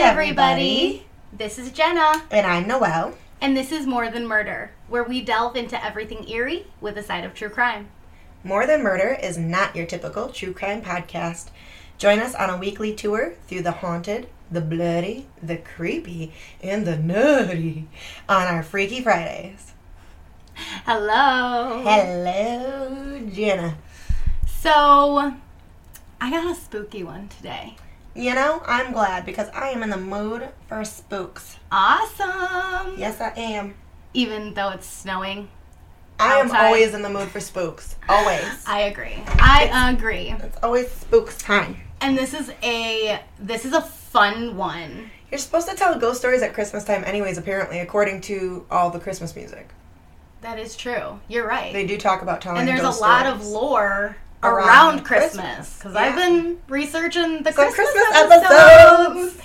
everybody. This is Jenna, And I'm Noelle. and this is More Than Murder, where we delve into everything eerie with a side of true crime. More Than Murder is not your typical true crime podcast. Join us on a weekly tour through the haunted, the bloody, the creepy, and the nutty on our Freaky Fridays. Hello. Hello, Jenna. So, I got a spooky one today. You know, I'm glad because I am in the mood for spooks. Awesome. Yes, I am. Even though it's snowing. I am Outside. always in the mood for spooks. Always. I agree. I agree. It's always spooks time. And this is a this is a fun one. You're supposed to tell ghost stories at Christmas time, anyways, apparently, according to all the Christmas music. That is true. You're right. They do talk about telling and there's ghost a lot stories. of lore Around around, Christmas. Christmas because I've Yeah. been researching the Some Christmas, Christmas episodes.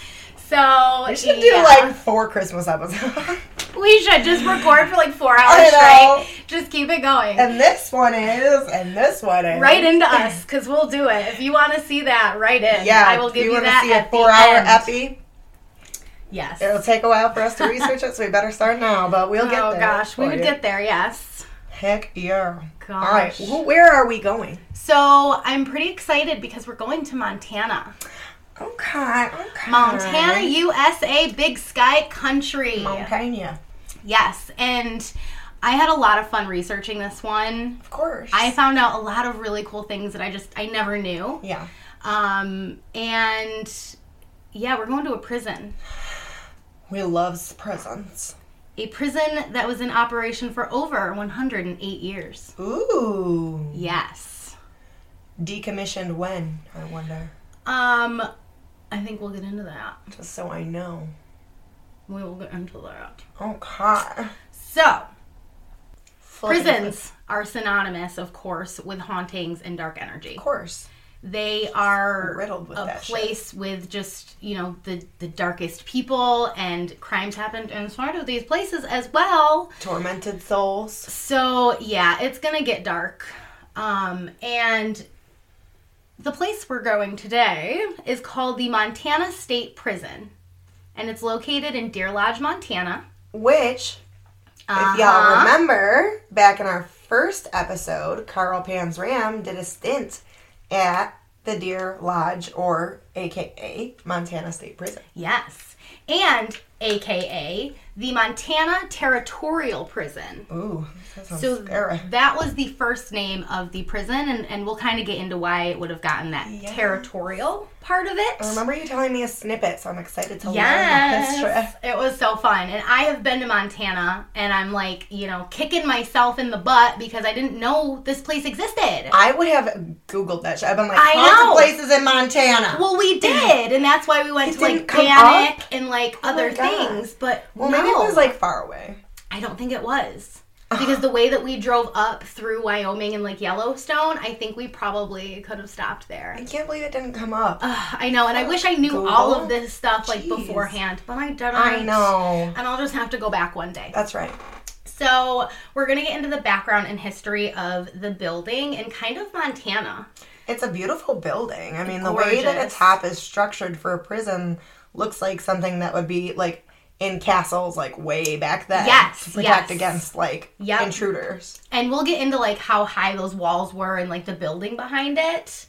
So We should yeah. do like four Christmas episodes. we should just record for like four I hours know. straight. Just keep it going. and this one is, and this one is. Right into us because we'll do it. If you want to see that, right in. Yeah, I will if give you, wanna that see at a the four-hour end. epi. Yes. It'll take a while for us to research it, so we better start now. But we'll oh get there. gosh, we for would you. get there. Yes. Heck yeah! Gosh. All right, well, where are we going? So I'm pretty excited because we're going to Montana. Okay, okay. Montana, USA, big sky country. Montana, Yes, and I had a lot of fun researching this one. of course. I found out a lot of really cool things that I just I never knew. yeah. Um and yeah, we're going to a prison. We loves presents. A prison that was in operation for over 108 years. Ooh. Yes. Decommissioned when? I wonder. Um I think we'll get into that. Just so I know. We will get into that. Okay. So, Flippin' flip. prisons are synonymous, of course, with hauntings and dark energy. Of course. they are Riddled with a that shit. place with just you know the the darkest people and crimes happened inside of these places as well Tormented souls. so yeah it's gonna get dark um and the place we're going today is called the montana state prison and it's located in deer lodge montana Which, if Uh-huh. y'all remember, back in our first episode, Carl Pan's Ram did a stint at the Deer Lodge, or AKA Montana State Prison. yes and aka the montana territorial prison Ooh, that sounds So scary. that was the first name of the prison, and, and we'll kind of get into why it would have gotten that Yes. territorial part of it. I remember you telling me a snippet, so I'm excited to learn the Yes, history. it was so fun, and I have been to Montana, and I'm like, you know, kicking myself in the butt because I didn't know this place existed. I would have Googled that shit. I've been like, I haunted know. places in Montana. well, we did, and that's why we went It to like didn't come Bannock up? Oh and like my other God. things, but Well, no. maybe it was like Uh-huh. far away. I don't think it was. Because the way that we drove up through Wyoming and like Yellowstone, I think we probably could have stopped there. I can't believe it didn't come up. Ugh, I know, and I wish I knew Google? all of this stuff like Jeez. beforehand, but I don't. I know. And I'll just have to go back one day. That's right. So, we're going to get into the background and history of the building and kind of Montana. It's a beautiful building. I mean, the way that a Gorgeous. top is structured for a prison looks like something that would be like in castles, like way back then. Yes, to protect yes. against like Yep. intruders. And we'll get into like how high those walls were and like the building behind it.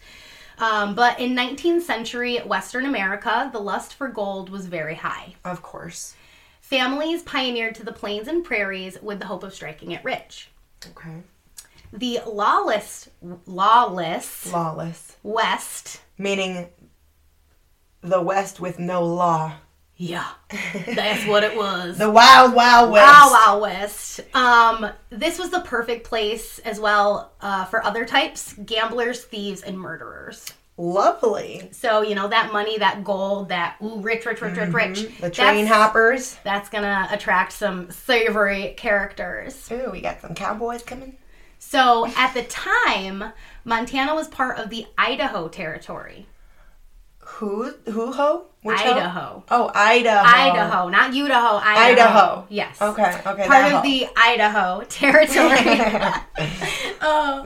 Um, but in 19th century Western America, the lust for gold was very high. Of course. Families pioneered to the plains and prairies with the hope of striking it rich. Okay. The lawless, lawless Lawless, West, meaning the West with no law. yeah, that's what it was. The wild, wild West. Wow, wow, West. Um, this was the perfect place as well uh, for other types: gamblers, thieves, and murderers. Lovely. So you know that money, that gold, that ooh, rich, rich, rich, rich, rich. Mm-hmm. The train hoppers. That's gonna attract some savory characters. Ooh, we got some cowboys coming. So at the time, Montana was part of the Idaho Territory. Who? Who ho? Which ho? Idaho. Oh, Idaho. Idaho, not Idaho. Idaho. Idaho. Yes. Okay, okay. Part that of hoe. the Idaho Territory.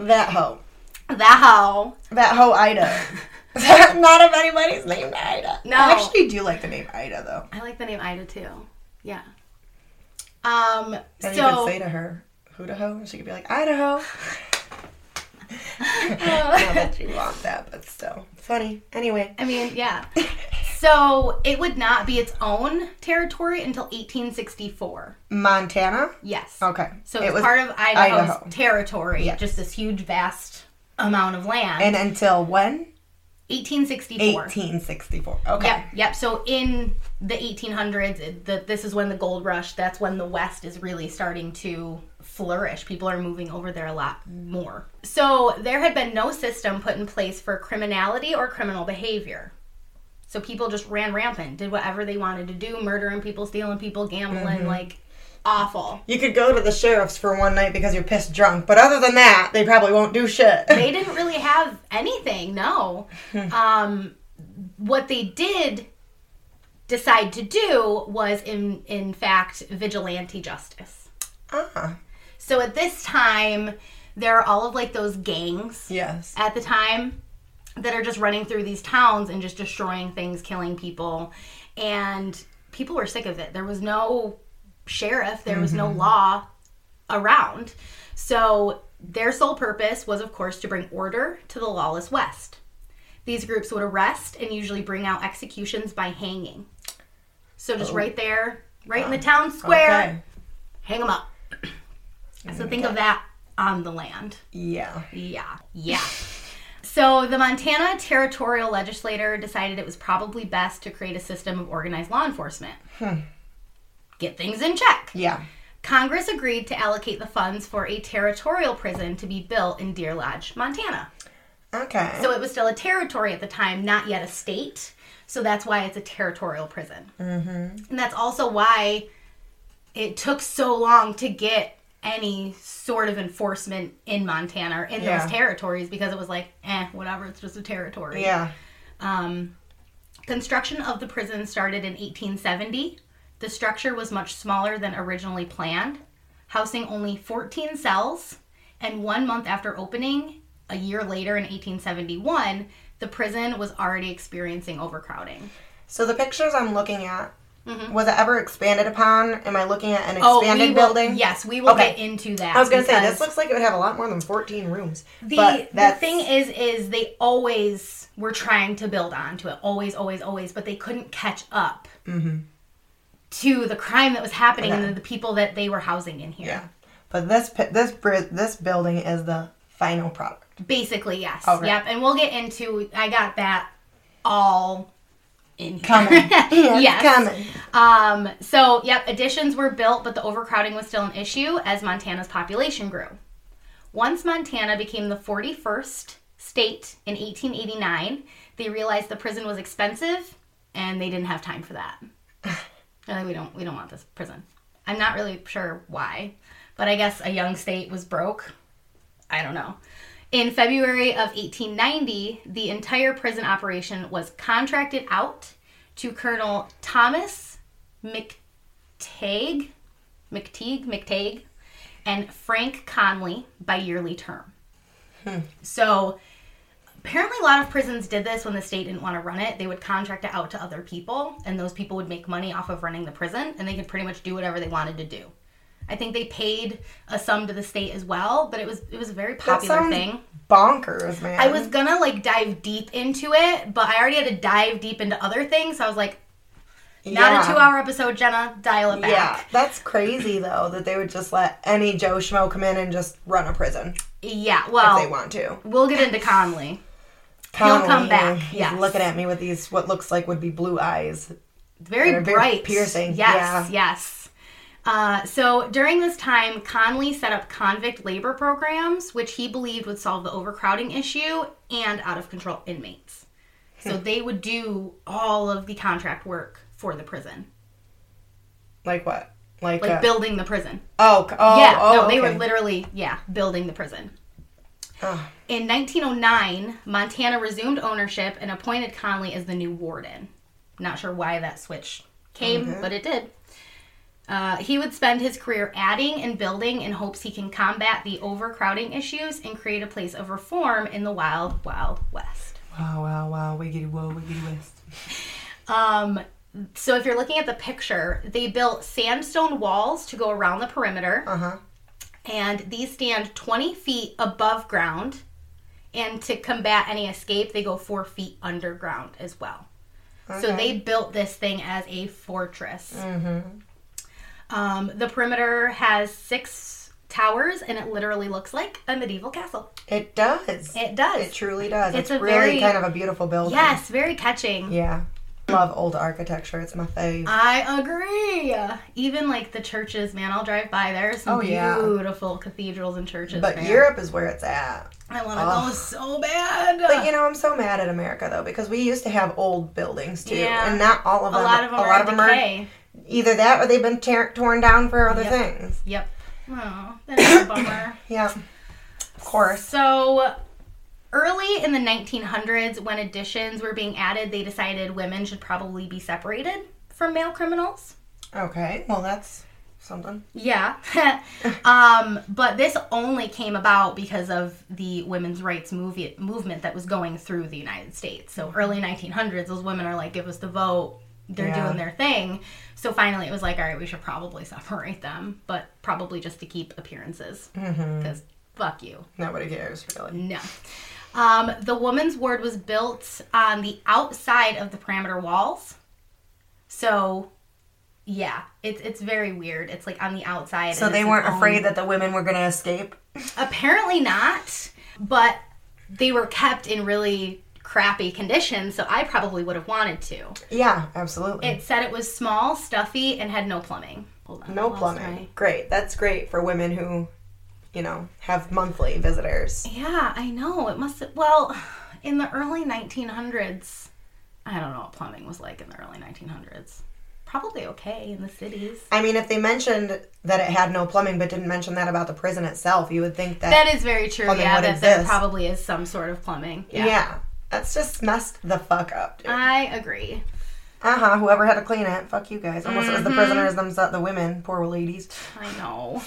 that hoe. the how. That hoe Idaho. Not if anybody's named Ida. No. I actually do like the name Ida though. I like the name Ida too. Yeah. And Um. you could so say to her, Idaho, and she could be like, Idaho. Not that you want that, but still. Funny. Anyway. I mean, yeah. So it would not be its own territory until 1864. Montana? Yes. Okay. So it was, part of Idaho's Idaho. territory, Yes. just this huge, vast amount of land. And until when? 1864. 1864. Okay. Yep, yep. So in the 1800s, it- the, this is when the gold rush. That's when the West is really starting to flourish. People are moving over there a lot more. So there had been no system put in place for criminality or criminal behavior. So people just ran rampant, did whatever they wanted to do, murdering people, stealing people, gambling, like awful. You could go to the sheriff's for one night because you're pissed drunk, but other than that, they probably won't do shit. they didn't really have anything no um what they did decide to do was in in fact vigilante justice ah, so at this time there are all of like those gangs yes. at the time that are just running through these towns and just destroying things, killing people. And people were sick of it. There was no sheriff, there was no law around. So their sole purpose was, of course, to bring order to the lawless West. These groups would arrest and usually bring out executions by hanging. So just right there, right in the town square, Okay. hang them up. so think of that on the land. Yeah. Yeah. Yeah. So the Montana territorial legislator decided it was probably best to create a system of organized law enforcement. Get things in check. Yeah. Congress agreed to allocate the funds for a territorial prison to be built in Deer Lodge, Montana. Okay. So it was still a territory at the time, not yet a state. So that's why it's a territorial prison. Mm-hmm. And that's also why it took so long to get any sort of enforcement in Montana or in Yeah. those territories because it was like, eh, whatever, it's just a territory. yeah. Um, construction of the prison started in 1870. The structure was much smaller than originally planned, housing only 14 cells. And one month after opening, a year later in 1871, the prison was already experiencing overcrowding. So the pictures I'm looking at, was it ever expanded upon? Am I looking at an Mm-hmm. Oh, we expanded will, Oh, building? Yes, we will Okay. get into that. I was gonna say because this looks like it would have a lot more than 14 rooms. The, but the that's, thing is, is they always were trying to build onto it, always, always, always, but they couldn't catch up to the crime that was happening Mm-hmm. Okay. and the people that they were housing in here. yeah. But this pi- this bri- this building is the final product. Basically, yes. Okay. Yep. And we'll get into. I got that all in here. Coming. yeah, Yes. Coming. Um, so, yep, additions were built, but the overcrowding was still an issue as Montana's population grew. Once Montana became the 41st state in 1889, they realized the prison was expensive and they didn't have time for that. They're like, we don't, we don't want this prison. I'm not really sure why, but I guess a young state was broke. I don't know. In February of 1890, the entire prison operation was contracted out to Colonel Thomas McTagg, McTeague, McTagg, and Frank Conley by yearly term. So apparently, a lot of prisons did this when the state didn't want to run it. They would contract it out to other people, and those people would make money off of running the prison, and they could pretty much do whatever they wanted to do. I think they paid a sum to the state as well, but it was it was a very That popular sounds thing. bonkers, man. I was gonna like dive deep into it, but I already had to dive deep into other things. So I was like, not Yeah. a two hour episode, Jenna, dial it back. Yeah, that's crazy though that they would just let any Joe Schmo come in and just run a prison Yeah, if they well, want to. we'll get into Conley. Connelly, Oh. come back, He's yes. looking at me with these what looks like would be blue eyes. Very They're very bright. piercing, yeah. Yes, yes. Uh, so during this time, Conley set up convict labor programs, which he believed would solve the overcrowding issue and out of control inmates. So they would do all of the contract work for the prison, Like what? Like, like uh, building the prison. oh, c- oh, yeah, oh, no, they okay. were literally, yeah, building the prison. Oh. In 1909, Montana resumed ownership and appointed Conley as the new warden. Not sure why that switch came, but it did. Uh, he would spend his career adding and building in hopes he can combat the overcrowding issues and create a place of reform in the wild, wild west. Wow, wow, wow, wiggity whoa, wiggity west. Um, so if you're looking at the picture, they built sandstone walls to go around the perimeter, Uh huh. and these stand 20 feet above ground. And to combat any escape, they go four feet underground as well. So they built this thing as a fortress. Mm-hmm. Um, the perimeter has six towers, and it literally looks like a medieval castle. It does. It does. It truly does. It's It's, a really very- kind of a beautiful building. yes, very catching. Yeah. Love old architecture. It's my fave. I agree. Even like the churches, man. I'll drive by. There are some Oh, yeah. beautiful cathedrals and churches. But man. Europe is where it's at. I want to Ugh. go so bad. But you know, I'm so mad at America though because we used to have old buildings too, Yeah. and not all of a them. lot of them a are lot in of them are decay. either that or they've been tear- torn down for other Yep. things. Yep. Oh, that's a bummer. Yeah, of course. So early in the 1900s, when additions were being added, they decided women should probably be separated from male criminals. Okay, well that's something. Yeah. um, but this only came about because of the women's rights movie, movement that was going through the United States. So early 1900s, those women are like, give us the vote. They're Yeah. doing their thing. So finally, it was like, all right, we should probably separate them, but probably just to keep appearances. Because fuck you. Nobody cares really. No. Um, the woman's ward was built on the outside of the perimeter walls. So, yeah, it's it's very weird. It's like on the outside. So and they it's weren't its own- afraid that the women were going to escape. Apparently not, but they were kept in really crappy condition. So I probably would have wanted to. Yeah, absolutely. It said it was small, stuffy, and had no plumbing. Hold on, I no lost plumbing. my- Great. That's great for women who, you know, have monthly visitors. Yeah, I know. It must have, well, in the early 1900s, I don't know what plumbing was like in the early 1900s. Probably okay in the cities. I mean, if they mentioned that it had no plumbing but didn't mention that about the prison itself, you would think that. That is very true. Plumbing yeah, would that there exist. probably Oh, is some sort of plumbing. yeah. Yeah. That's just messed the fuck up, dude. I agree. Uh huh. Whoever had to clean it, fuck you guys. Almost it was the Mm-hmm. prisoners themselves, the women, poor ladies. I know.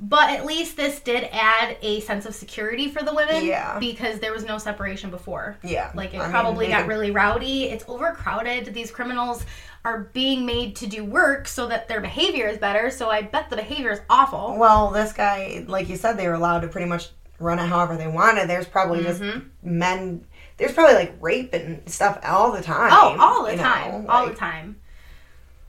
But at least this did add a sense of security for the women. Yeah. Because there was no separation before. Yeah, Like it I mean, probably they got could- really rowdy. It's overcrowded. These criminals are being made to do work so that their behavior is better. So I bet the behavior is awful. Well, this guy, like you said, they were allowed to pretty much run it however they wanted. There's probably Mm-hmm. just men. There's probably like rape and stuff all the time. Oh, all the you know, time. all the like- time.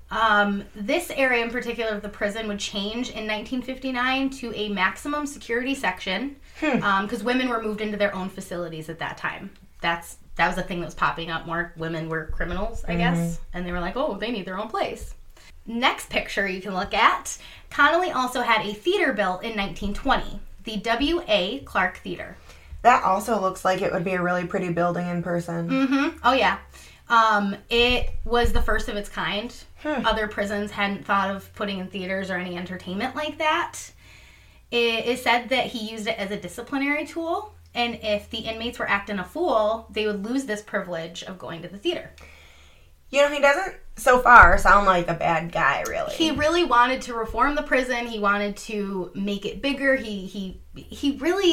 Um, this area in particular of the prison would change in 1959 to a maximum security section Hmm. because women were moved into their own facilities at that time. That's that was a thing that was popping up more. Women were criminals, I guess, Mm-hmm. and they were like, oh, they need their own place. Next picture you can look at. Connolly also had a theater built in 1920, the W. A. Clark Theater. That also looks like it would be a really pretty building in person. Mm-hmm. Oh yeah. Um, it was the first of its kind. Hmm. Other prisons hadn't thought of putting in theaters or any entertainment like that. It is said that he used it as a disciplinary tool, and if the inmates were acting a fool, they would lose this privilege of going to the theater. You know, he doesn't so far sound like a bad guy, really. He really wanted to reform the prison. He wanted to make it bigger. He he he really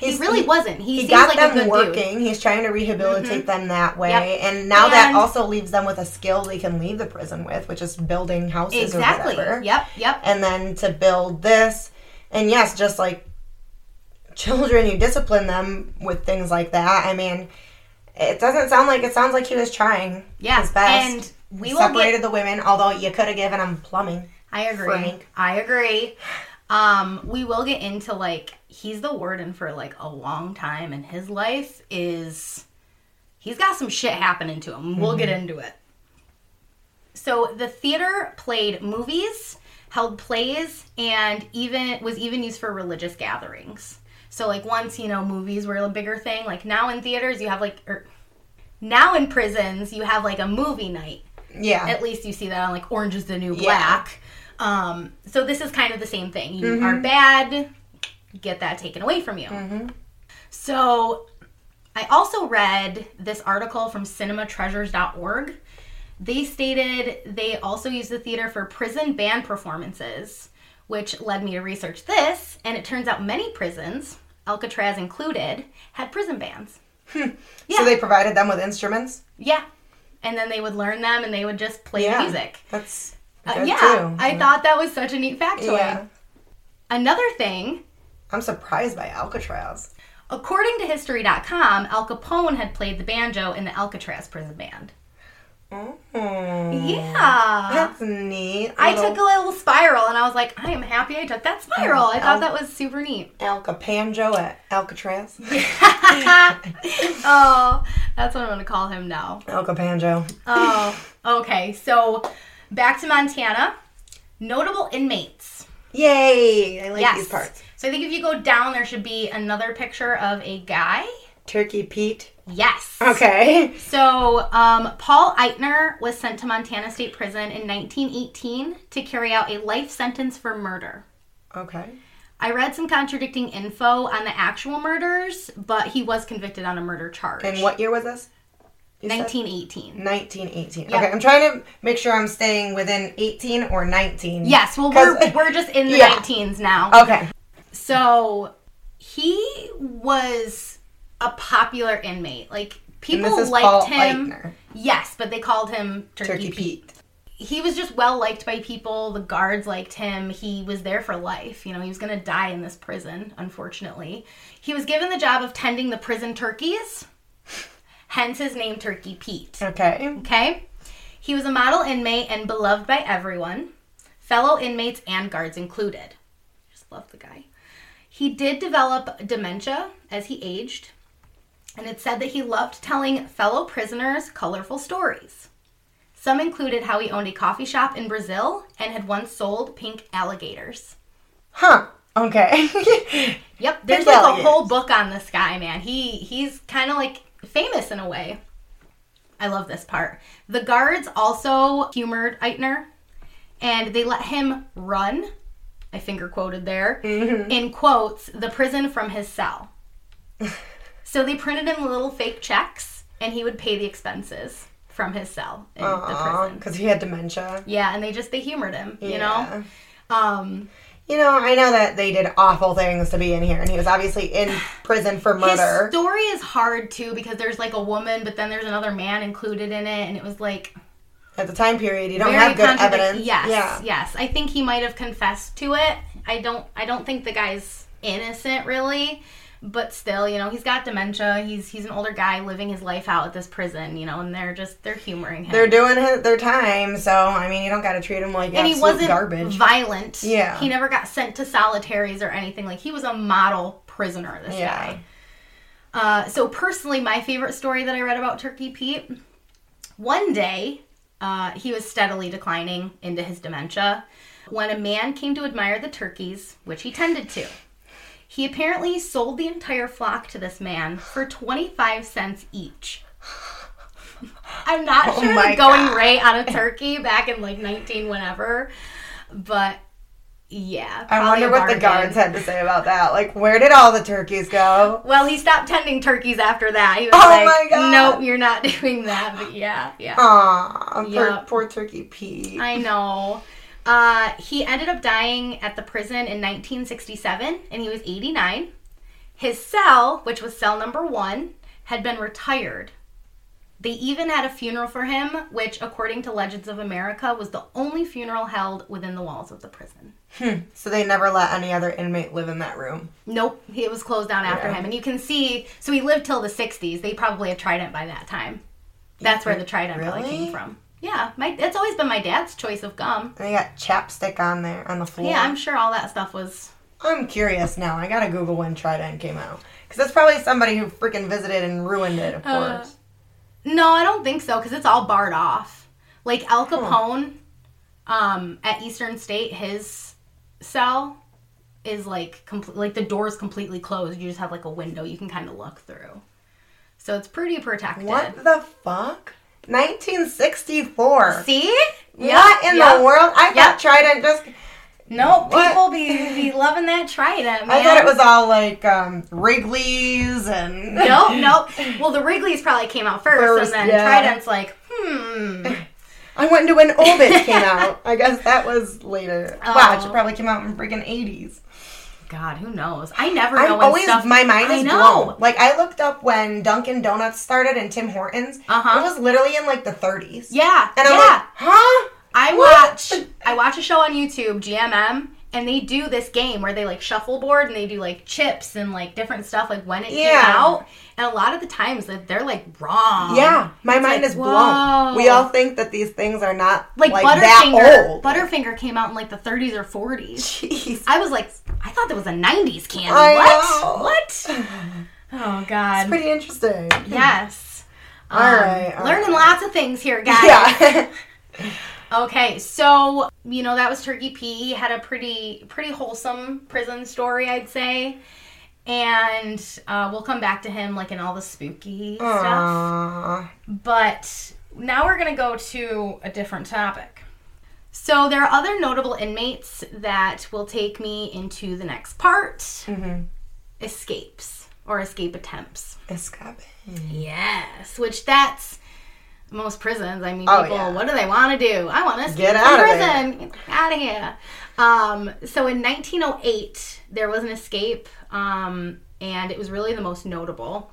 he He's- really he- wasn't. He, he seems got like them a good dude. Mm-hmm. working. He's trying to rehabilitate them that way, Yep. and now that And- also leaves them with a skill they can leave the prison with, which is building houses Exactly. or whatever. Yep. Yep. and then to build this. And yes, just like children, you discipline them with things like that. I mean, it doesn't sound like it sounds like he was trying Yeah. his best. And we will get- separated the women, although you could have given them plumbing. I agree. Frank. I agree. Um, we will get into like he's the warden for like a long time, and his life is he's got some shit happening to him. We'll get into it. So the theater played movies, held plays, and even was even used for religious gatherings. So like once you know movies were a bigger thing, like now in theaters you have like or now in prisons you have like a movie night Yeah, at least you see that on like Orange is the New Yeah. Black. Um, so this is kind of the same thing. You Mm-hmm. are bad, get that taken away from you. So I also read this article from cinematreasures.org. They stated they also use the theater for prison band performances, which led me to research this. And it turns out many prisons, Alcatraz included, had prison bands. So they provided them with instruments. Yeah. And then they would learn them and they would just play Yeah. music. That's Uh, good yeah. too. I thought that was such a neat factoid. Yeah. Another thing, I'm surprised by Alcatraz. according to History.com, Al Capone had played the banjo in the Alcatraz prison band. Oh, Yeah. that's neat. Uh-huh. I took a little spiral and I was like, I am happy I took that spiral. Mm. I Oh. thought that was super neat. Al Capanjo at Alcatraz. oh, that's what I'm going to call him now. Al Capanjo. Oh, okay. So back to Montana. Notable inmates. Yay! I like yes. these parts. So I think if you go down, there should be another picture of a guy. Turkey Pete. Yes. Okay. So um, Paul Eitner was sent to Montana State Prison in 1918 to carry out a life sentence for murder. Okay. I read some contradicting info on the actual murders, but he was convicted on a murder charge. And what year was this? You said? 1918. 1918. Yeah. Okay, I'm trying to make sure I'm staying within 18 or 19. Yes, well, 'Cause- we're, we're just in the Yeah. Um, 19s now. Okay. So he was a popular inmate. Like And people this is liked Paul him. Eichner, Yes, but they called him Turkey, Turkey Pete. Pete. He was just well liked by people. The guards liked him. He was there for life. You know, he was going to die in this prison, unfortunately. He was given the job of tending the prison turkeys, hence his name Turkey Pete. Okay. Okay? He was a model inmate and beloved by everyone, fellow inmates and guards included. Just love the guy. He did develop dementia as he aged, and it's said that he loved telling fellow prisoners colorful stories. Some included how he owned a coffee shop in Brazil and had once sold pink alligators. Huh. Okay. Yep, there's Pink like a alligators. whole book on this guy, man. He he's kind of like famous in a way. I love this part. The guards also humored Eitner, and they let him run. I finger quoted there in quotes the prison from his cell. so they printed him little fake checks, and he would pay the expenses from his cell in the prison. Because he had dementia. Yeah, and they just they humored him, you Yeah. know. Um, You know, I know that they did awful things to be in here, and he was obviously in prison for murder. His story is hard too because there's like a woman, but then there's another man included in it, and it was like At the time period, you don't very have good contradic- evidence. Yes, Yeah. yes. I think he might have confessed to it. I don't. I don't think the guy's innocent really, but still, you know, he's got dementia. He's he's an older guy living his life out at this prison, you know, and they're just they're humoring him. They're doing his, their time, so I mean, you don't got to treat him like and absolute he wasn't garbage. violent. Yeah. He never got sent to solitaries or anything. Like he was a model prisoner, this Yeah. guy. Uh, so personally, my favorite story that I read about Turkey Pete, one day uh, he was steadily declining into his dementia when a man came to admire the turkeys, which he tended to. He apparently sold the entire flock to this man for 25 cents each. I'm not sure Oh my the going God. rate on a turkey back in like 19 whenever, but yeah. I probably wonder a what the bargain. guards had to say about that. Like, where did all the turkeys go? Well, he stopped tending turkeys after that. He was Oh like, my God. "Nope, you're not doing that." But yeah, yeah. Aw, poor, Yeah. poor Turkey Pete. I know. Uh, he ended up dying at the prison in 1967, and he was 89. His cell, which was cell number one, had been retired. They even had a funeral for him, which, according to Legends of America, was the only funeral held within the walls of the prison. So they never let any other inmate live in that room. Nope, it was closed down after Yeah. him. And you can see, so he lived till the 60s. They probably had Trident by that time. That's where the Trident probably Really? came from. Yeah, my, that's always been my dad's choice of gum. And they got chapstick on there on the floor. Yeah, I'm sure all that stuff was I'm curious now. I gotta Google when Trident came out because that's probably somebody who freaking visited and ruined it. Of Uh, course. No, I don't think so because it's all barred off. Like Al Capone um, at Eastern State, his cell is like complete. Like the door's completely closed. You just have like a window you can kind of look through. So it's pretty protected. What the fuck? 1964. See? what in the world? I Yep. thought Trident just. No, What? people be, be loving that trident, man. I thought it was all like um, Wrigley's and. Nope, nope. Well, the Wrigley's probably came out first, First, and then yeah. Trident's like, hmm. I wonder when Orbit came out. I guess that was later. Wow, it Oh. probably came out in freaking 80s. God, who knows? I never I'm know when always stuff. my mind I is know. blown. Like I looked up when Dunkin' Donuts started and Tim Hortons. Uh-huh. It was literally in like the 30s. yeah, And I'm yeah. like, huh? I What watch the- I watch a show on YouTube, GMM, and they do this game where they like shuffleboard and they do like chips and like different stuff like when it Yeah. came out. And a lot of the times that they're like wrong. yeah, my Oh. It's mind like, is blown. whoa. We all think that these things are not like, like, Butterfinger. that old. Butterfinger came out in like the 30s or 40s. Jeez. I was like, I thought that was a 90s candy. I what? know. What? Oh God. It's pretty interesting. yes. Um, All right, all learning lots of things here, guys. Yeah. Okay, so you know that was Turkey P. He had a pretty pretty wholesome prison story, I'd say, and uh, we'll come back to him like in all the spooky stuff. Aw. But now we're gonna go to a different topic. So there are other notable inmates that will take me into the next part: escapes or escape attempts. Escape. Yes, which that's most prisons. I mean, Oh, people, yeah. what do they want to do? I want to Get escape out from of prison. Get out of here. Um, so in 1908, there was an escape, um, and it was really the most notable.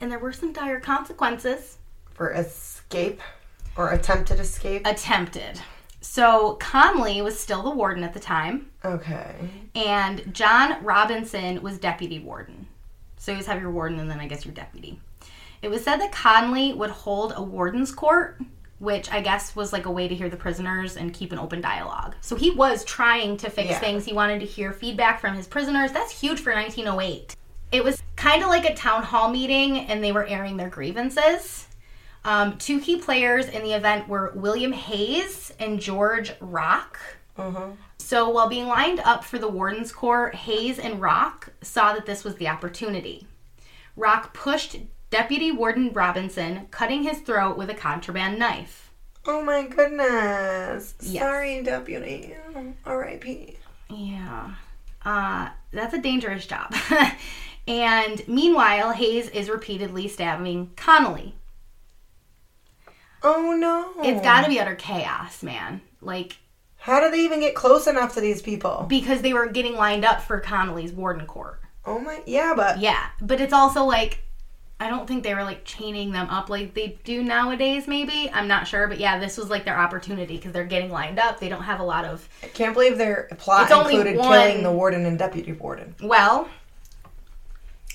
And there were some dire consequences. For escape or attempted escape. Attempted. So Conley was still the warden at the time, Okay. and John Robinson was deputy warden. So you just have your warden and then I guess your deputy. It was said that Conley would hold a warden's court, which I guess was like a way to hear the prisoners and keep an open dialogue. So he was trying to fix Yeah. things. He wanted to hear feedback from his prisoners. That's huge for 1908. It was kind of like a town hall meeting and they were airing their grievances. Um, two key players in the event were William Hayes and George Rock. So while being lined up for the warden's court, Hayes and Rock saw that this was the opportunity. Rock pushed Deputy Warden Robinson, cutting his throat with a contraband knife. Oh my goodness. Yes. Sorry, E. deputy. R.I.P. Yeah. Uh, that's a dangerous job. and meanwhile, Hayes is repeatedly stabbing Connolly. Oh no. It's got to be utter chaos, man. Like, How do they even get close enough to these people? because they were getting lined up for Connolly's warden court. Oh my. Yeah, but Yeah, but it's also like I don't think they were like chaining them up like they do nowadays. Maybe I'm not sure, but yeah, this was like their opportunity because they're getting lined up. They don't have a lot of I can't believe their plot It's only included one- killing the warden and deputy warden. well.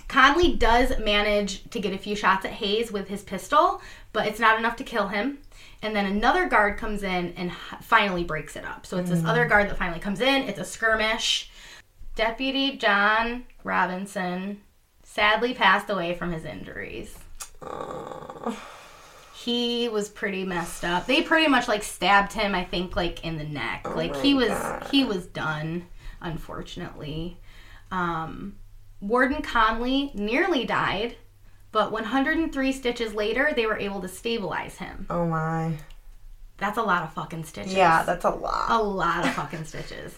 Conley does manage to get a few shots at Hayes with his pistol, but it's not enough to kill him. And then another guard comes in and h- finally breaks it up. So it's this other guard that finally comes in. It's a skirmish. Deputy John Robinson sadly passed away from his injuries. he was pretty messed up. They pretty much like stabbed him, I think, like in the neck. like he was he was done, unfortunately. Um Warden Conley nearly died, but 103 stitches later they were able to stabilize him. Oh my. That's a lot of fucking stitches. Yeah, that's a lot. a lot of fucking stitches.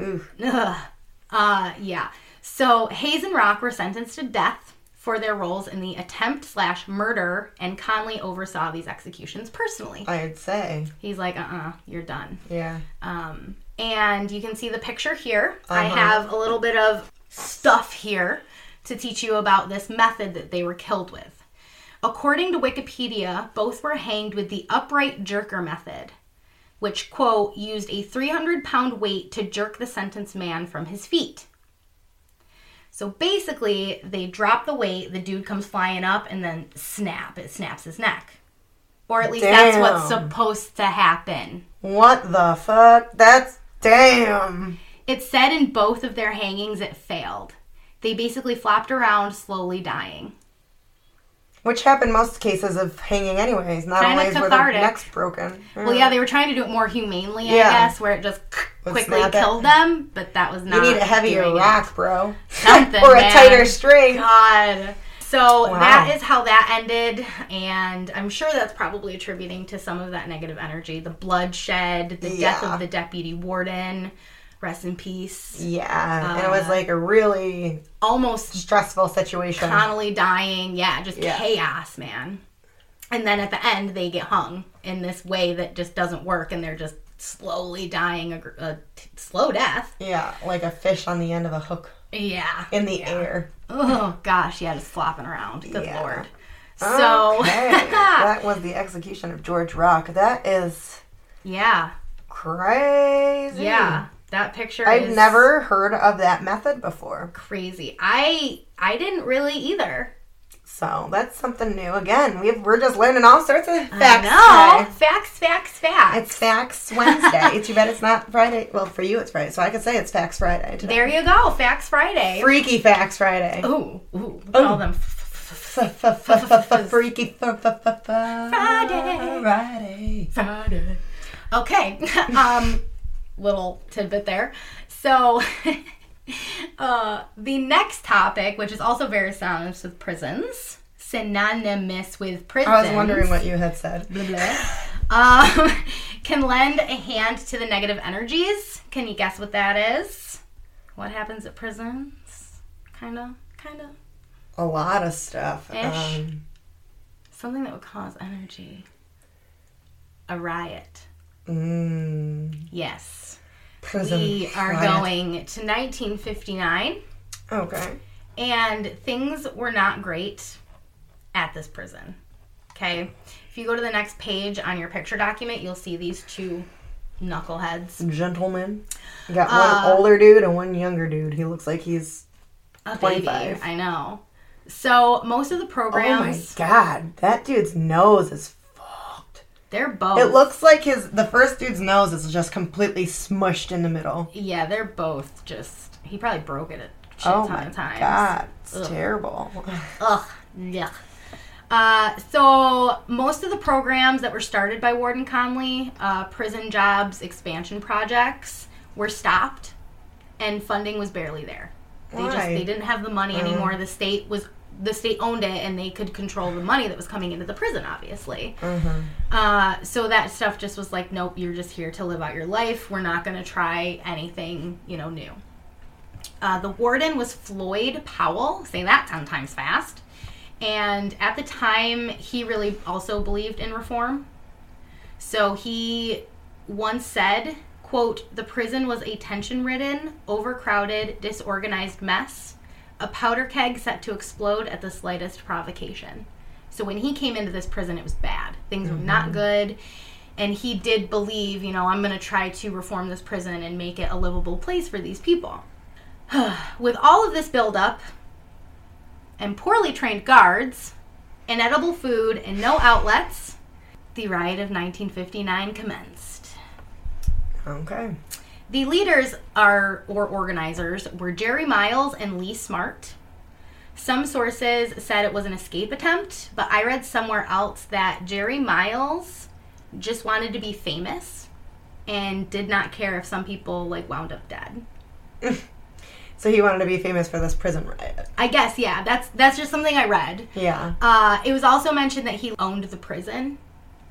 Ooh. Ugh. Uh, yeah. So Hayes and Rock were sentenced to death for their roles in the attempt slash murder, and Conley oversaw these executions personally. I'd say. He's like, uh uh-uh, uh, you are done. Yeah. Um, and you can see the picture here. I have a little bit of stuff here to teach you about this method that they were killed with. According to Wikipedia, both were hanged with the upright jerker method, which, quote, used a 300 pound weight to jerk the sentenced man from his feet. So basically, they drop the weight, the dude comes flying up, and then snap, it snaps his neck. Or at least that's what's Damn. supposed to happen. What the fuck? That's damn. It said in both of their hangings it failed. They basically flopped around, slowly dying. Which happened most cases of hanging anyways. Not Kinda only were their cathartic. necks broken. Well, yeah, they were trying to do it more humanely, I Yeah. guess, where it just quickly snap it. killed them, but that was You not. need a heavier doing it. rock, bro. Something, or a man. tighter string. God. So Wow. that is how that ended, and I'm sure that's probably attributing to some of that negative energy, the bloodshed, the death Yeah. of the deputy warden. Rest in peace. Yeah. and it Uh, was like a really Almost stressful situation. Connolly dying. Yeah, just Yeah. chaos, man. And then at the end, they get hung in this way that just doesn't work, and they're just slowly dying a, gr- a t- slow death. Yeah, like a fish on the end of a hook Yeah. in the yeah. air. Oh gosh, yeah, just flopping around. Good Yeah. lord. So Okay, that was the execution of George Rock. That is yeah, crazy. yeah, that picture. I've is never heard of that method before. crazy. I I didn't really either. So that's something new. Again, we've, we're just learning all sorts of facts. I know. today. Facts, facts, facts. It's Facts Wednesday. Too bad it's not Friday. Well, for you it's Friday, so I could say it's Facts Friday today. there you go. Facts Friday. Freaky Facts Friday. Ooh, ooh, look at Oh. all them. Freaky Friday. Friday. Friday. Friday. Okay. um, little tidbit there. So, uh, the next topic, which is also very synonymous with prisons, synonymous with prisons. I was wondering what you had said. Blah, blah. um, can lend a hand to the negative energies. Can you guess what that is? What happens at prisons? Kind of, kind of. A lot of stuff. Ish. Um, Something that would cause energy. A riot. mm, Yes. prison. We are riot. going to 1959, Okay. and things were not great at this prison. Okay. If you go to the next page on your picture document, you'll see these two knuckleheads. Gentlemen. You got one Uh, older dude and one younger dude. He looks like he's. A baby. 25. I know. So most of the Oh my programs, god. That dude's nose is fucked. they're both. It looks like his the first dude's nose is just completely smushed in the middle. yeah, they're both just. He probably broke it a shit Oh ton my of times. god, it's terrible. Ugh. Yeah. Uh, so most of the programs that were started by Warden Conley, uh, prison jobs expansion projects, were stopped, and funding was barely there. They just Why? they didn't have the money anymore. The state was the state owned it, and they could control the money that was coming into the prison, obviously. Uh, so that stuff just was like, nope, you're just here to live out your life. We're not going to try anything, you know, new. Uh, the warden was Floyd Powell. Say that ten times fast. And at the time, he really also believed in reform. So he once said, quote, the prison was a tension-ridden, overcrowded, disorganized mess, a powder keg set to explode at the slightest provocation. So when he came into this prison, it was bad. Things were not good. And he did believe, you know, I'm going to try to reform this prison and make it a livable place for these people. With all of this buildup and poorly trained guards, inedible food, and no outlets, the riot of 1959 commenced. Okay. The leaders are or organizers were Jerry Miles and Lee Smart. Some sources said it was an escape attempt, but I read somewhere else that Jerry Miles just wanted to be famous and did not care if some people like wound up dead. So he wanted to be famous for this prison riot. I guess yeah, that's that's just something I read. Yeah. Uh, it was also mentioned that he owned the prison.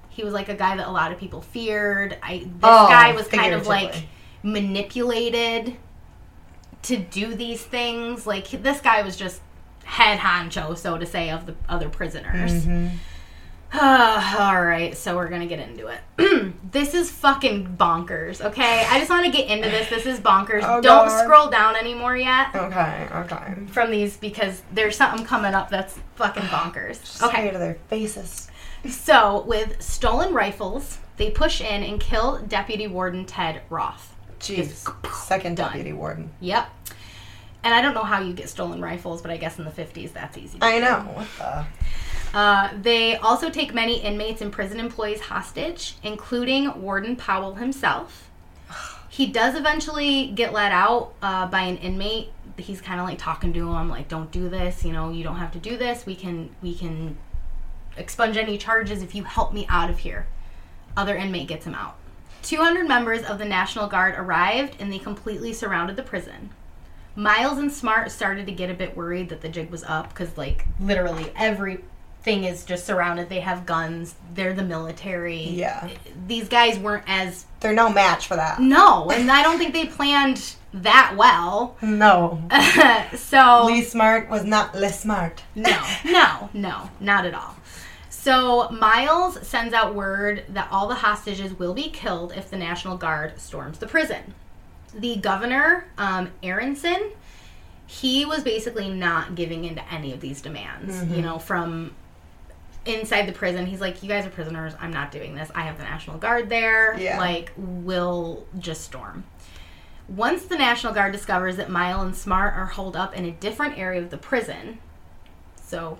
He was like a guy that a lot of people feared. I this Oh, guy was kind of like figuratively. manipulated to do these things. Like this guy was just head honcho, so to say, of the other prisoners. Mm-hmm. all right, so we're gonna get into it. this is fucking bonkers. Okay, I just want to get into this. This is bonkers. Oh, Don't God. scroll down anymore yet Okay. Okay. from these because there's something coming up that's fucking bonkers. Okay. Okay. to their faces. So, with stolen rifles, they push in and kill Deputy Warden Ted Roth. Jeez. Second Done. deputy warden. Yep. And I don't know how you get stolen rifles, but I guess in the 50s that's easy. I know. What the? Uh, they also take many inmates and prison employees hostage, including Warden Powell himself. He does eventually get let out uh, by an inmate. He's kind of like talking to him, like, "Don't do this. You know, you don't have to do this. We can, we can expunge any charges if you help me out of here." Other inmate gets him out. 200 members of the National Guard arrived and they completely surrounded the prison. Miles and Smart started to get a bit worried that the jig was up because, like, literally everything is just surrounded. They have guns. They're the military. Yeah. These guys weren't as They're no match for that. no, and I don't think they planned that well. No. so Oh. Lee Smart was not less smart. no, no, no, not at all. So Miles sends out word that all the hostages will be killed if the National Guard storms the prison. The governor, um, Aronson, he was basically not giving in to any of these demands. You know, from inside the prison, he's like, "You guys are prisoners. I'm not doing this. I have the National Guard there. Yeah. Like, we'll just storm." Once the National Guard discovers that Mile and Smart are holed up in a different area of the prison, so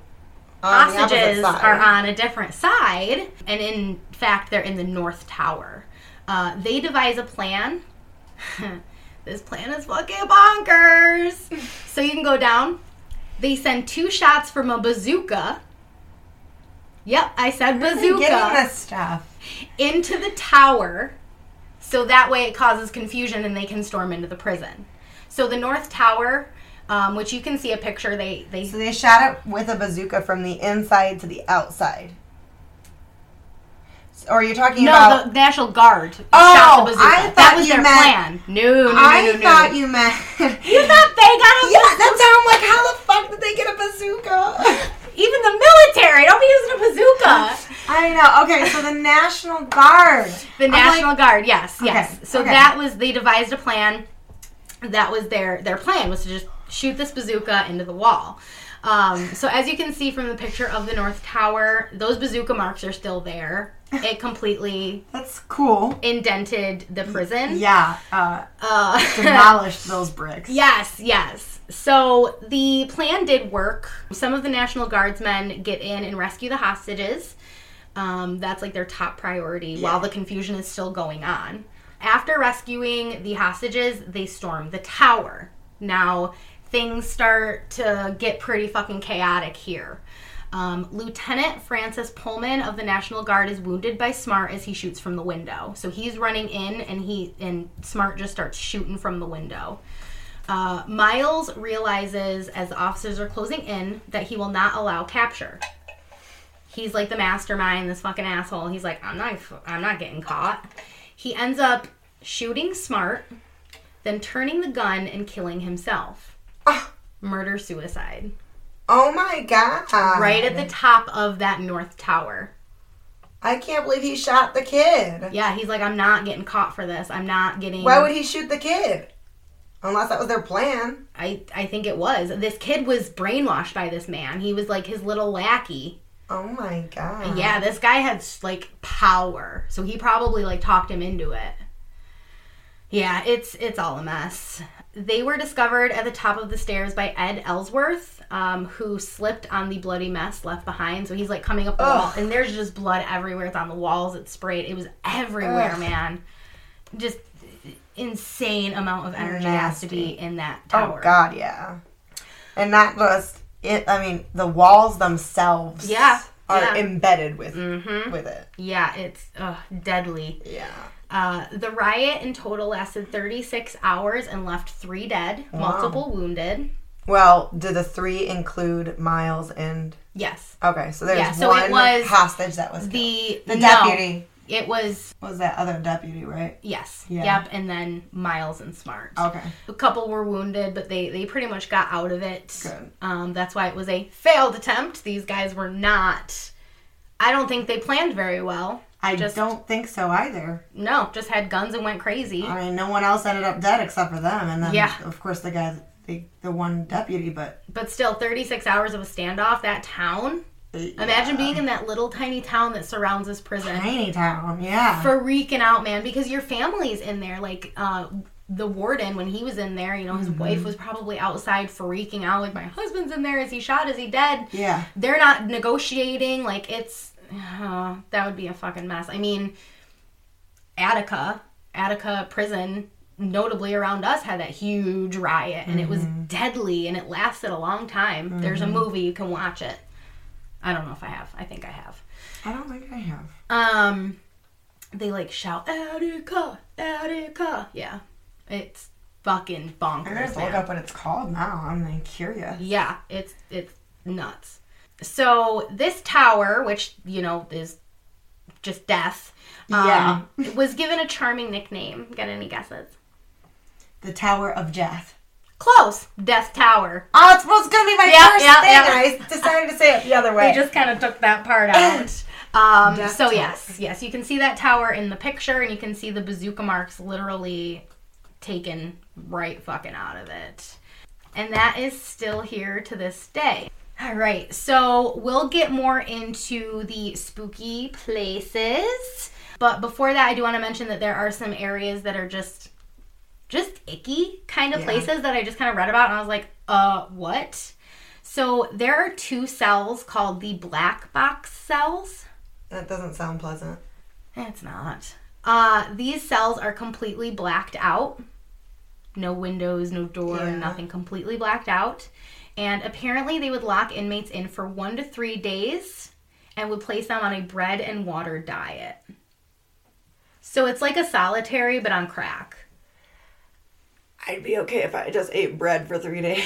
On the opposite hostages side. are on a different side, and in fact, they're in the North Tower. Uh, they devise a plan. this plan is fucking bonkers. so you can go down. They send two shots from a bazooka. Yep, I said bazooka Getting this stuff. into the tower so that way it causes confusion and they can storm into the prison so the north tower um, which you can see a picture they they So they shot it with a bazooka from the inside to the outside. S- Or you're talking no about? the national guard Oh, shot the bazooka. I that thought was you their meant- plan no no no I no, no. thought you meant. you thought they got a yeah, that's how I'm like, how the fuck did they get a bazooka? even the military don't be using a bazooka I know. Okay, so the National Guard. the I'm national like, guard yes yes Okay, so okay. that was they devised a plan that was their their plan was to just shoot this bazooka into the wall. Um, so as you can see from the picture of the North Tower, those bazooka marks are still there. It completely that's cool. indented the prison. Yeah, uh, Uh, demolished those bricks. yes, yes. So the plan did work. Some of the National Guardsmen get in and rescue the hostages. Um, that's like their top priority while the confusion is still going on. After rescuing the hostages, they storm the tower. Now, things start to get pretty fucking chaotic here. Um, Lieutenant Francis Pullman of the National Guard is wounded by Smart as he shoots from the window. So he's running in, and he and Smart just starts shooting from the window. Uh, Miles realizes as the officers are closing in that he will not allow capture he's like the mastermind, this fucking asshole. He's like, I'm not, I'm not getting caught. He ends up shooting Smart, then turning the gun and killing himself. Ah. Murder suicide. Oh my god. Right at the top of that North Tower. I can't believe he shot the kid. Yeah, he's like, I'm not getting caught for this. I'm not getting. Why would he shoot the kid? Unless that was their plan. I, I think it was. This kid was brainwashed by this man. He was like his little lackey. Oh my god. Yeah, this guy had like power, so he probably like talked him into it. Yeah, it's it's all a mess. They were discovered at the top of the stairs by Ed Ellsworth, um, who slipped on the bloody mess left behind. So he's like coming up the wall, and there's just blood everywhere. It's on the walls. It's sprayed. It was everywhere, Ugh. man. Just insane amount of energy has to be in that Oh tower. god, yeah. And not just it I mean, the walls themselves Yeah, are yeah. embedded with Mhm. with it. Yeah, it's ugh, deadly. Yeah. Uh, the riot in total lasted 36 hours and left three dead, multiple wounded. Well, did the three include Miles and Yes. Okay, so there's Yeah, so one it was hostage that was killed. The, the no, deputy. It was, Was that other deputy, right? yes. Yeah. Yep. And then Miles and Smart. Okay. A couple were wounded, but they, they pretty much got out of it. Good. Um, that's why it was a failed attempt. These guys were not, I don't think they planned very well. I Just- don't think so either. No, just had guns and went crazy. I mean, no one else ended up dead except for them, and then Yeah. of course the guy, the the one deputy. But But still, 36 hours of a standoff, that town. Imagine being in that little tiny town that surrounds this prison. tiny town, yeah. freaking out, man, because your family's in there. Like uh, the warden, when he was in there, you know, his wife was probably outside freaking out. Like, my husband's in there. Is he shot? Is he dead? yeah, They're not negotiating. Like, it's uh, that would be a fucking mess. I mean, Attica, Attica prison, notably around us, had that huge riot, and it was deadly, and it lasted a long time. There's a movie you can watch it. I don't know if I have. I think I have. I don't think I have. Um, they like shout Attica, Attica. Yeah, it's fucking I'm bonkers. gonna look man. up what it's called now. I'm like curious. Yeah, it's it's nuts. So this tower, which you know is just death, um, was given a charming nickname. Got any guesses? The Tower of Death. Close. Death Tower. Oh, it's, well, it's going to be my Yeah, first yeah, thing. yeah. and I decided to say it the other way. They just kind of took that part out. Um, Death so Tower. yes, yes, you can see that tower in the picture, and you can see the bazooka marks literally taken right fucking out of it. And that is still here to this day. All right, so we'll get more into the spooky places, but before that, I do want to mention that there are some areas that are just just icky kind of Yeah. places that I just kind of read about, and I was like, uh, what? So there are two cells called the black box cells. that doesn't sound pleasant. Eh, It's not. Uh, these cells are completely blacked out. No windows, no door, Yeah. nothing. Completely blacked out. And apparently, they would lock inmates in for one to three days and would place them on a bread and water diet. So it's like a solitary, but on crack. I'd be okay if I just ate bread for three days.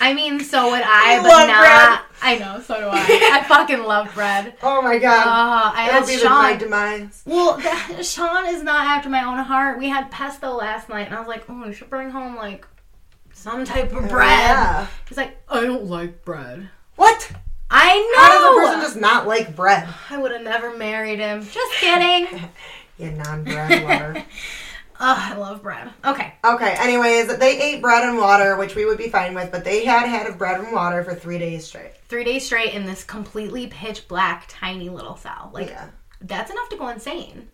I mean, so would I, I but love not. I know, so do I. I fucking love bread. Oh my god. Uh, I That'd had be the- Sean. my demise. Well, that, Sean is not after my own heart. We had pesto last night, and I was like, "Oh, we should bring home like some type of bread." Yeah. He's like, "I don't like bread." What? I How does a know. person just not like bread? I would have never married him. Just kidding. You non-bread lover. oh, I love bread. Okay. okay. Anyways, they ate bread and water, which we would be fine with, but they had had of bread and water for three days straight. three days straight in this completely pitch black tiny little cell like Yeah. that's enough to go insane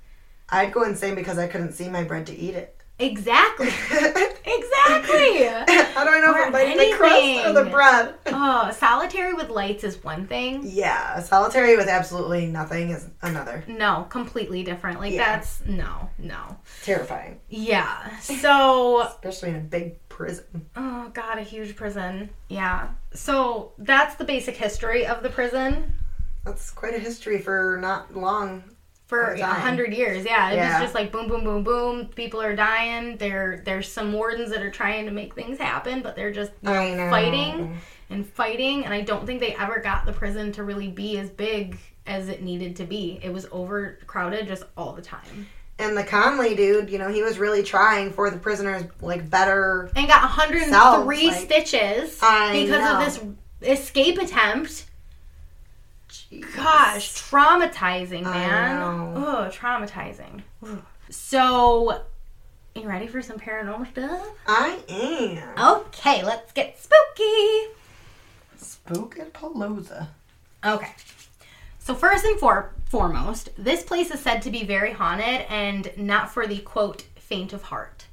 I'd go insane because I couldn't see my bread to eat it. exactly How exactly do I know Or if I'm biting the crust or the anything. bread? oh solitary with lights is one thing Yeah, solitary with absolutely nothing is another. no completely different like Yeah. that's no no Terrifying, yeah so especially in a big prison. oh god a huge prison yeah so that's the basic history of the prison That's quite a history for not long. for Or a dying. hundred years. Yeah, it Yeah. was just like boom, boom, boom, boom. People are dying. There, there's some wardens that are trying to make things happen, but they're just you I know, know. fighting and fighting. And I don't think they ever got the prison to really be as big as it needed to be. It was overcrowded just all the time, And the Conley dude, you know, he was really trying for the prisoners like better. and got 103 Sounds like- stitches I because know. of this escape attempt. Gosh, traumatizing, I man. know. Oh, traumatizing. Ugh. So, you ready for some paranormal stuff? I am Okay, let's get spooky. spook at Palooza. Okay. So, first and for- foremost, this place is said to be very haunted and not for the quote, faint of heart.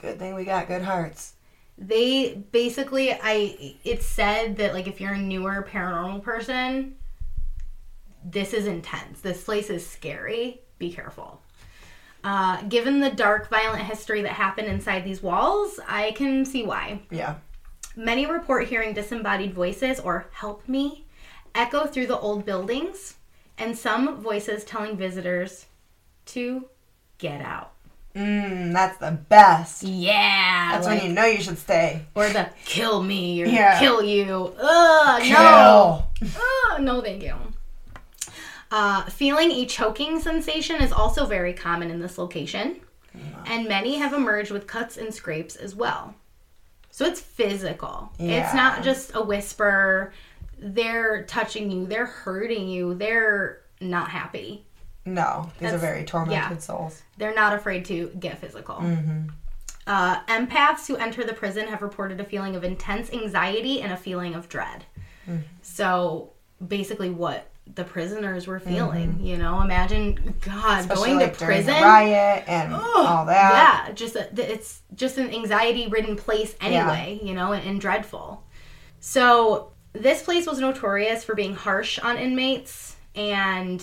Good thing we got good hearts. They basically, I, it's said that like if you're a newer paranormal person, this is intense. This place is scary. Be careful. Uh, given the dark, violent history that happened inside these walls, I can see why. Yeah. Many report hearing disembodied voices or help me echo through the old buildings, and some voices telling visitors to get out. Mmm, that's the best. Yeah. That's like- when you know you should stay. or the kill me or Yeah. kill you. Ugh, no. Ugh, no, thank you. Uh, feeling a choking sensation is also very common in this location, and many have emerged with cuts and scrapes as well. So it's physical. It's Yeah. not just a whisper. They're touching you. They're hurting you. They're not happy. No, these are That's- very tormented yeah. souls. They're not afraid to get physical. Mm-hmm. Uh, empaths who enter the prison have reported a feeling of intense anxiety and a feeling of dread. Mm-hmm. So basically, what the prisoners were feeling, you know, imagine God Mm-hmm. Especially, going like, to during the prison. riot and all that. Yeah, just a, th- it's just an anxiety-ridden place anyway, you know, and, and dreadful. So this place was notorious for being harsh on inmates, and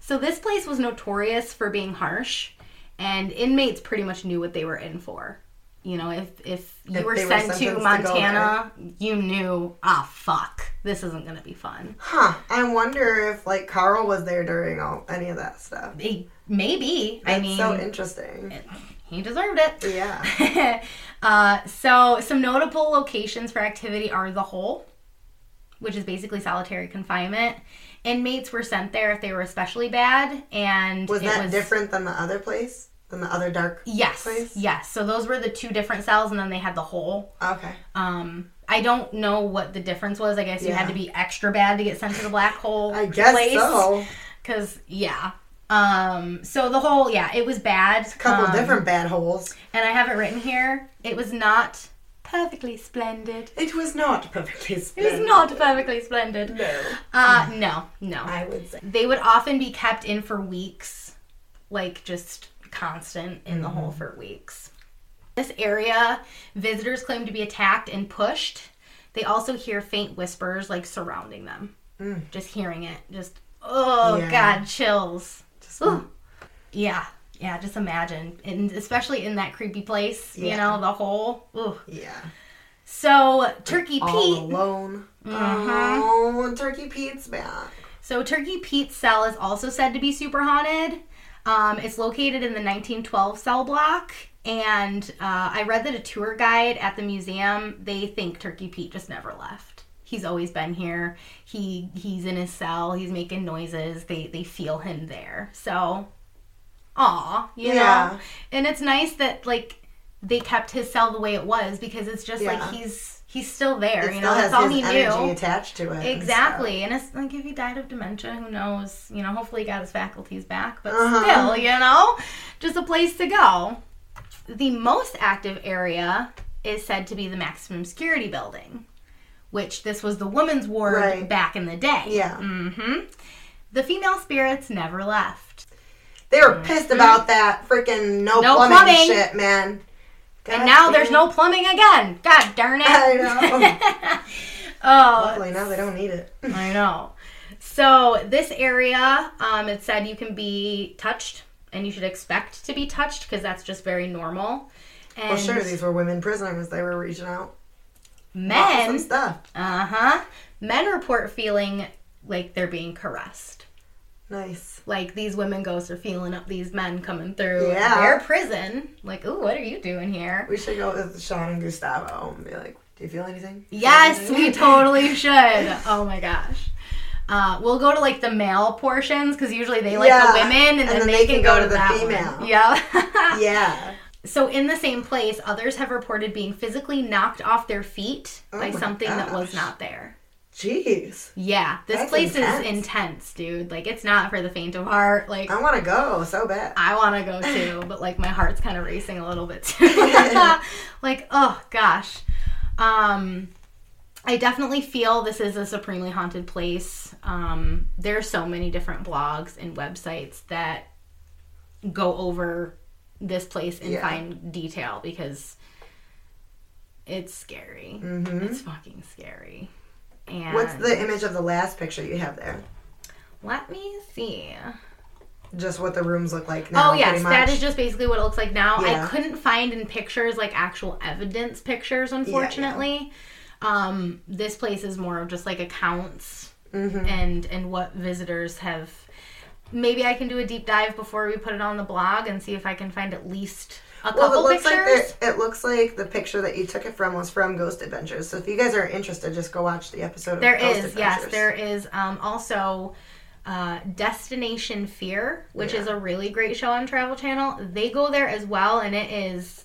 so this place was notorious for being harsh, and inmates pretty much knew what they were in for. You know, if if you If were they were sent sentenced to to go Montana, you knew, ah, fuck, this isn't gonna be fun. Huh. I wonder if like Carl was there during all any of that stuff. They- Maybe. I That's mean, so interesting. he deserved it. Yeah. uh, so, some notable locations for activity are the hole, which is basically solitary confinement. Inmates were sent there if they were especially bad, and Was it that different than the other place? than the other dark Yes. place? Yes. So those were the two different cells, and then they had the whole. Okay. Um, I don't know what the difference was. I guess you had Yeah. to be extra bad to get sent to the black hole. I guess place. so. Cause yeah. Um, so the whole yeah, it was bad. A couple Um, different bad holes. And I have it written here. It was not perfectly splendid. It was not perfectly It was splendid. not perfectly splendid. No. Mm. Uh, no, no. I would say. they would often be kept in for weeks, like just constant in the Mm-hmm. hole for weeks. This area, visitors claim to be attacked and pushed. They also hear faint whispers like surrounding them. Mm. Just hearing it, just oh Yeah. god, chills. Just Ooh. Yeah, yeah, just imagine, and especially in that creepy place, you Yeah. know, the hole. Ooh. yeah. So Turkey All Pete. alone. Mhm. Oh, and Turkey Pete's back. So Turkey Pete's cell is also said to be super haunted. Um, it's located in the 1912 cell block, and uh, I read that a tour guide at the museum they think Turkey Pete just never left. He's always been here. He he's in his cell. He's making noises. They they feel him there. So, aw, you Yeah. know. And it's nice that like they kept his cell the way it was because it's just Yeah. like he's he's still there. It you still know, has that's all his he energy knew. attached to it. and Exactly. And it's like if he died of dementia, who knows? You know, hopefully he got his faculties back, but Uh-huh. still, you know, just a place to go. The most active area is said to be the maximum security building, which this was the women's ward Right. back in the day. Yeah. hmm The female spirits never left. stuff. They were pissed about that freaking no, No plumbing, plumbing. shit, man. God and now there's damn. no plumbing again. God darn it. I know. oh, Luckily, now they don't need it. I know. So this area, um, it said you can be touched, and you should expect to be touched because that's just very normal. And Well, sure, these were women prisoners. They were reaching out. for some men, stuff. uh huh, men report feeling like they're being caressed. Nice. Like these women ghosts are feeling up these men coming through Yeah. their prison. Like, ooh, what are you doing here? We should go with Sean and Gustavo and be like, "Do you feel anything?" Yes, we totally should. Oh my gosh. Uh, we'll go to like the male portions because usually they like Yeah, the women and, then, they, can, go, to, the that female. One. Yeah. Yeah. So in the same place, others have reported being physically knocked off their feet Oh by my something that was gosh. not there. Jeez. Yeah, this That's place intense. is intense, dude. Like it's not for the faint of heart. Like I want to go so bad. I want to go too, but like my heart's kind of racing a little bit too. like, oh gosh. Um I definitely feel this is a supremely haunted place. Um there are so many different blogs and websites that go over this place and Yeah. find detail because it's scary. Mm-hmm. It's fucking scary. And What's the image of the last picture you have there? Let me see. Just what the rooms look like now. Oh yes, pretty much. that is just basically what it looks like now. I Yeah. couldn't find in pictures like actual evidence pictures, unfortunately. Um, this place is more of just like accounts Mhm. and and what visitors have. Maybe I can do a deep dive before we put it on the blog and see if I can find at least a Well, it couple looks pictures. like the, it looks like the picture that you took it from was from Ghost Adventures. So if you guys are interested, just go watch the episode. There of Ghost is, Adventures. yes, there is um, also uh, Destination Fear, which is a really great show on Travel Channel. They go there as well, and it is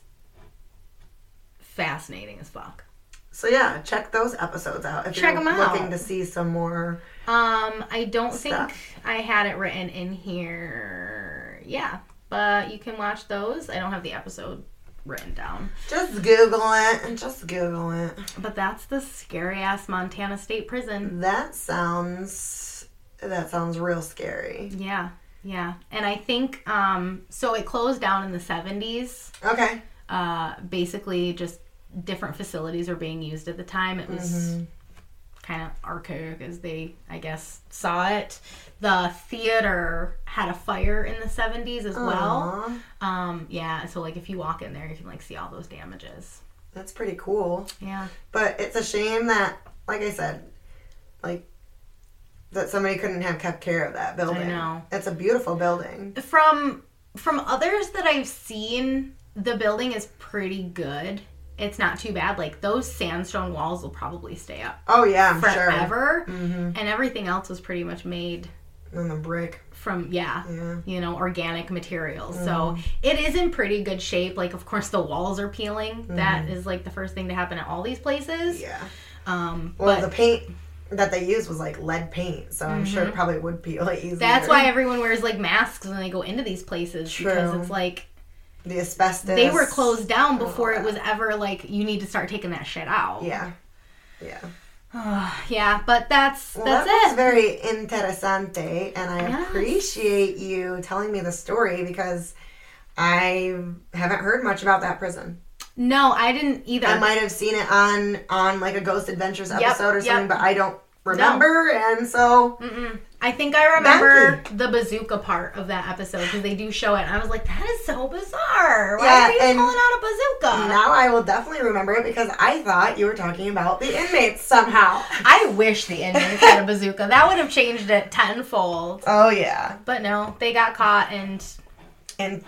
fascinating as fuck. So yeah, check those episodes out if Check you're 'em out. looking to see some more. Um, I don't Stuff. think I had it written in here. Yeah, but you can watch those. I don't have the episode written down. Just Google it and just Google it. But that's the scary ass Montana State Prison. That sounds that sounds real scary. Yeah, yeah. And I think um so it closed down in the 70s. Okay. uh, basically just different facilities were being used at the time. It was Mm-hmm. kind of archaic as they, I guess, saw it. The theater had a fire in the 70s as well. Aw, Um, yeah, so like if you walk in there, you can like see all those damages. that's pretty cool. Yeah. But it's a shame that, like I said, like that somebody couldn't have kept care of that building. know. It's a beautiful building. From from others that I've seen, the building is pretty good. It's not too bad. Like those sandstone walls will probably stay up Oh yeah, I'm sure. forever, Mm-hmm. and everything else was pretty much made And the brick. from yeah, Yeah. Mm-hmm. you know, organic material. So it is in pretty good shape. Like of course the walls are peeling. That is like the first thing to happen at all these places. Mm-hmm. Yeah. Um Well, but the paint that they used was like lead paint, so I'm sure it probably would peel easily. Mm-hmm. that's why everyone wears like masks when they go into these places because True. it's like the asbestos. they were closed down before yeah. it was ever like you need to start taking that shit out. Yeah. Yeah. Yeah, but that's Well, that's that it. was very interesante, and I Yes. appreciate you telling me the story because I haven't heard much about that prison. no, I didn't either. I might have seen it on on like a Ghost Adventures Yep, episode or something, yep. but I don't remember, and so uh, Mm-mm. I think I remember the bazooka part of that episode because they do show it. And I was like, that is so bizarre. Why Yeah, are you and calling out a bazooka? now I will definitely remember it because I thought you were talking about the inmates somehow. I wish the inmates had a bazooka. That would have changed it tenfold. Oh yeah, But no, they got caught and and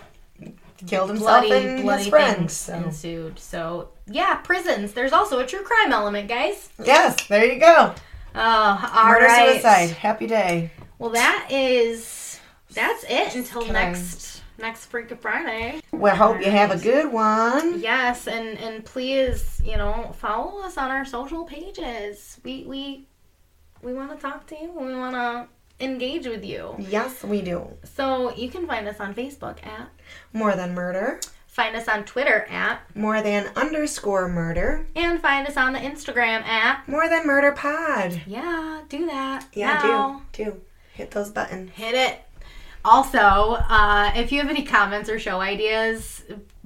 killed himself bloody, and bloody his things friends. So. ensued. So yeah, prisons. There's also a true crime element, guys. Yes, there you go. Oh, all right. Murder suicide. Happy day. Well, that is that's it until kidding. next next Freak of Friday. Well, hope you have a good one. Yes, and and please, you know, follow us on our social pages. We we we want to talk to you. We want to engage with you. Yes, we do. So you can find us on Facebook at, More than murder. find us on Twitter at, More than underscore murder. and find us on the Instagram at. More than murder pod. Yeah, do that. Yeah, now. do. Do. Hit those buttons. Hit it. Also, uh, if you have any comments or show ideas,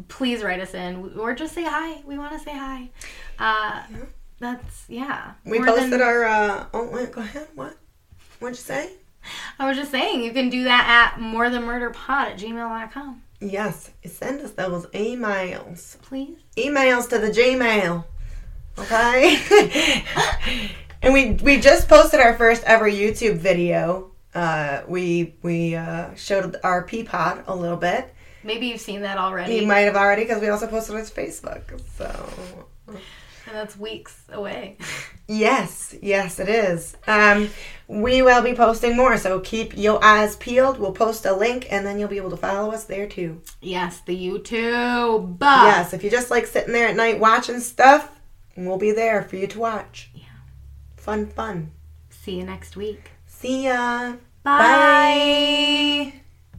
please write us in or just say hi. We want to say hi. Uh, That's yeah. We More posted than- our, uh, oh, wait, go ahead. What? What'd you say? I was just saying, you can do that at morethanmurderpod at gmail.com. Yes, send us those emails. Please. Emails to the Gmail. Okay? and we we just posted our first ever YouTube video. Uh, we we uh, showed our Peapod a little bit. Maybe you've seen that He already. might have already because we also posted on Facebook. So And that's weeks away. Yes, yes, it is. Um, we will be posting more, so keep your eyes peeled. We'll post a link, and then you'll be able to follow us there too. yes, the YouTube. yes, if you just like sitting there at night watching stuff, we'll be there for you to watch. Yeah. Fun, fun. See you next week. See ya. Bye.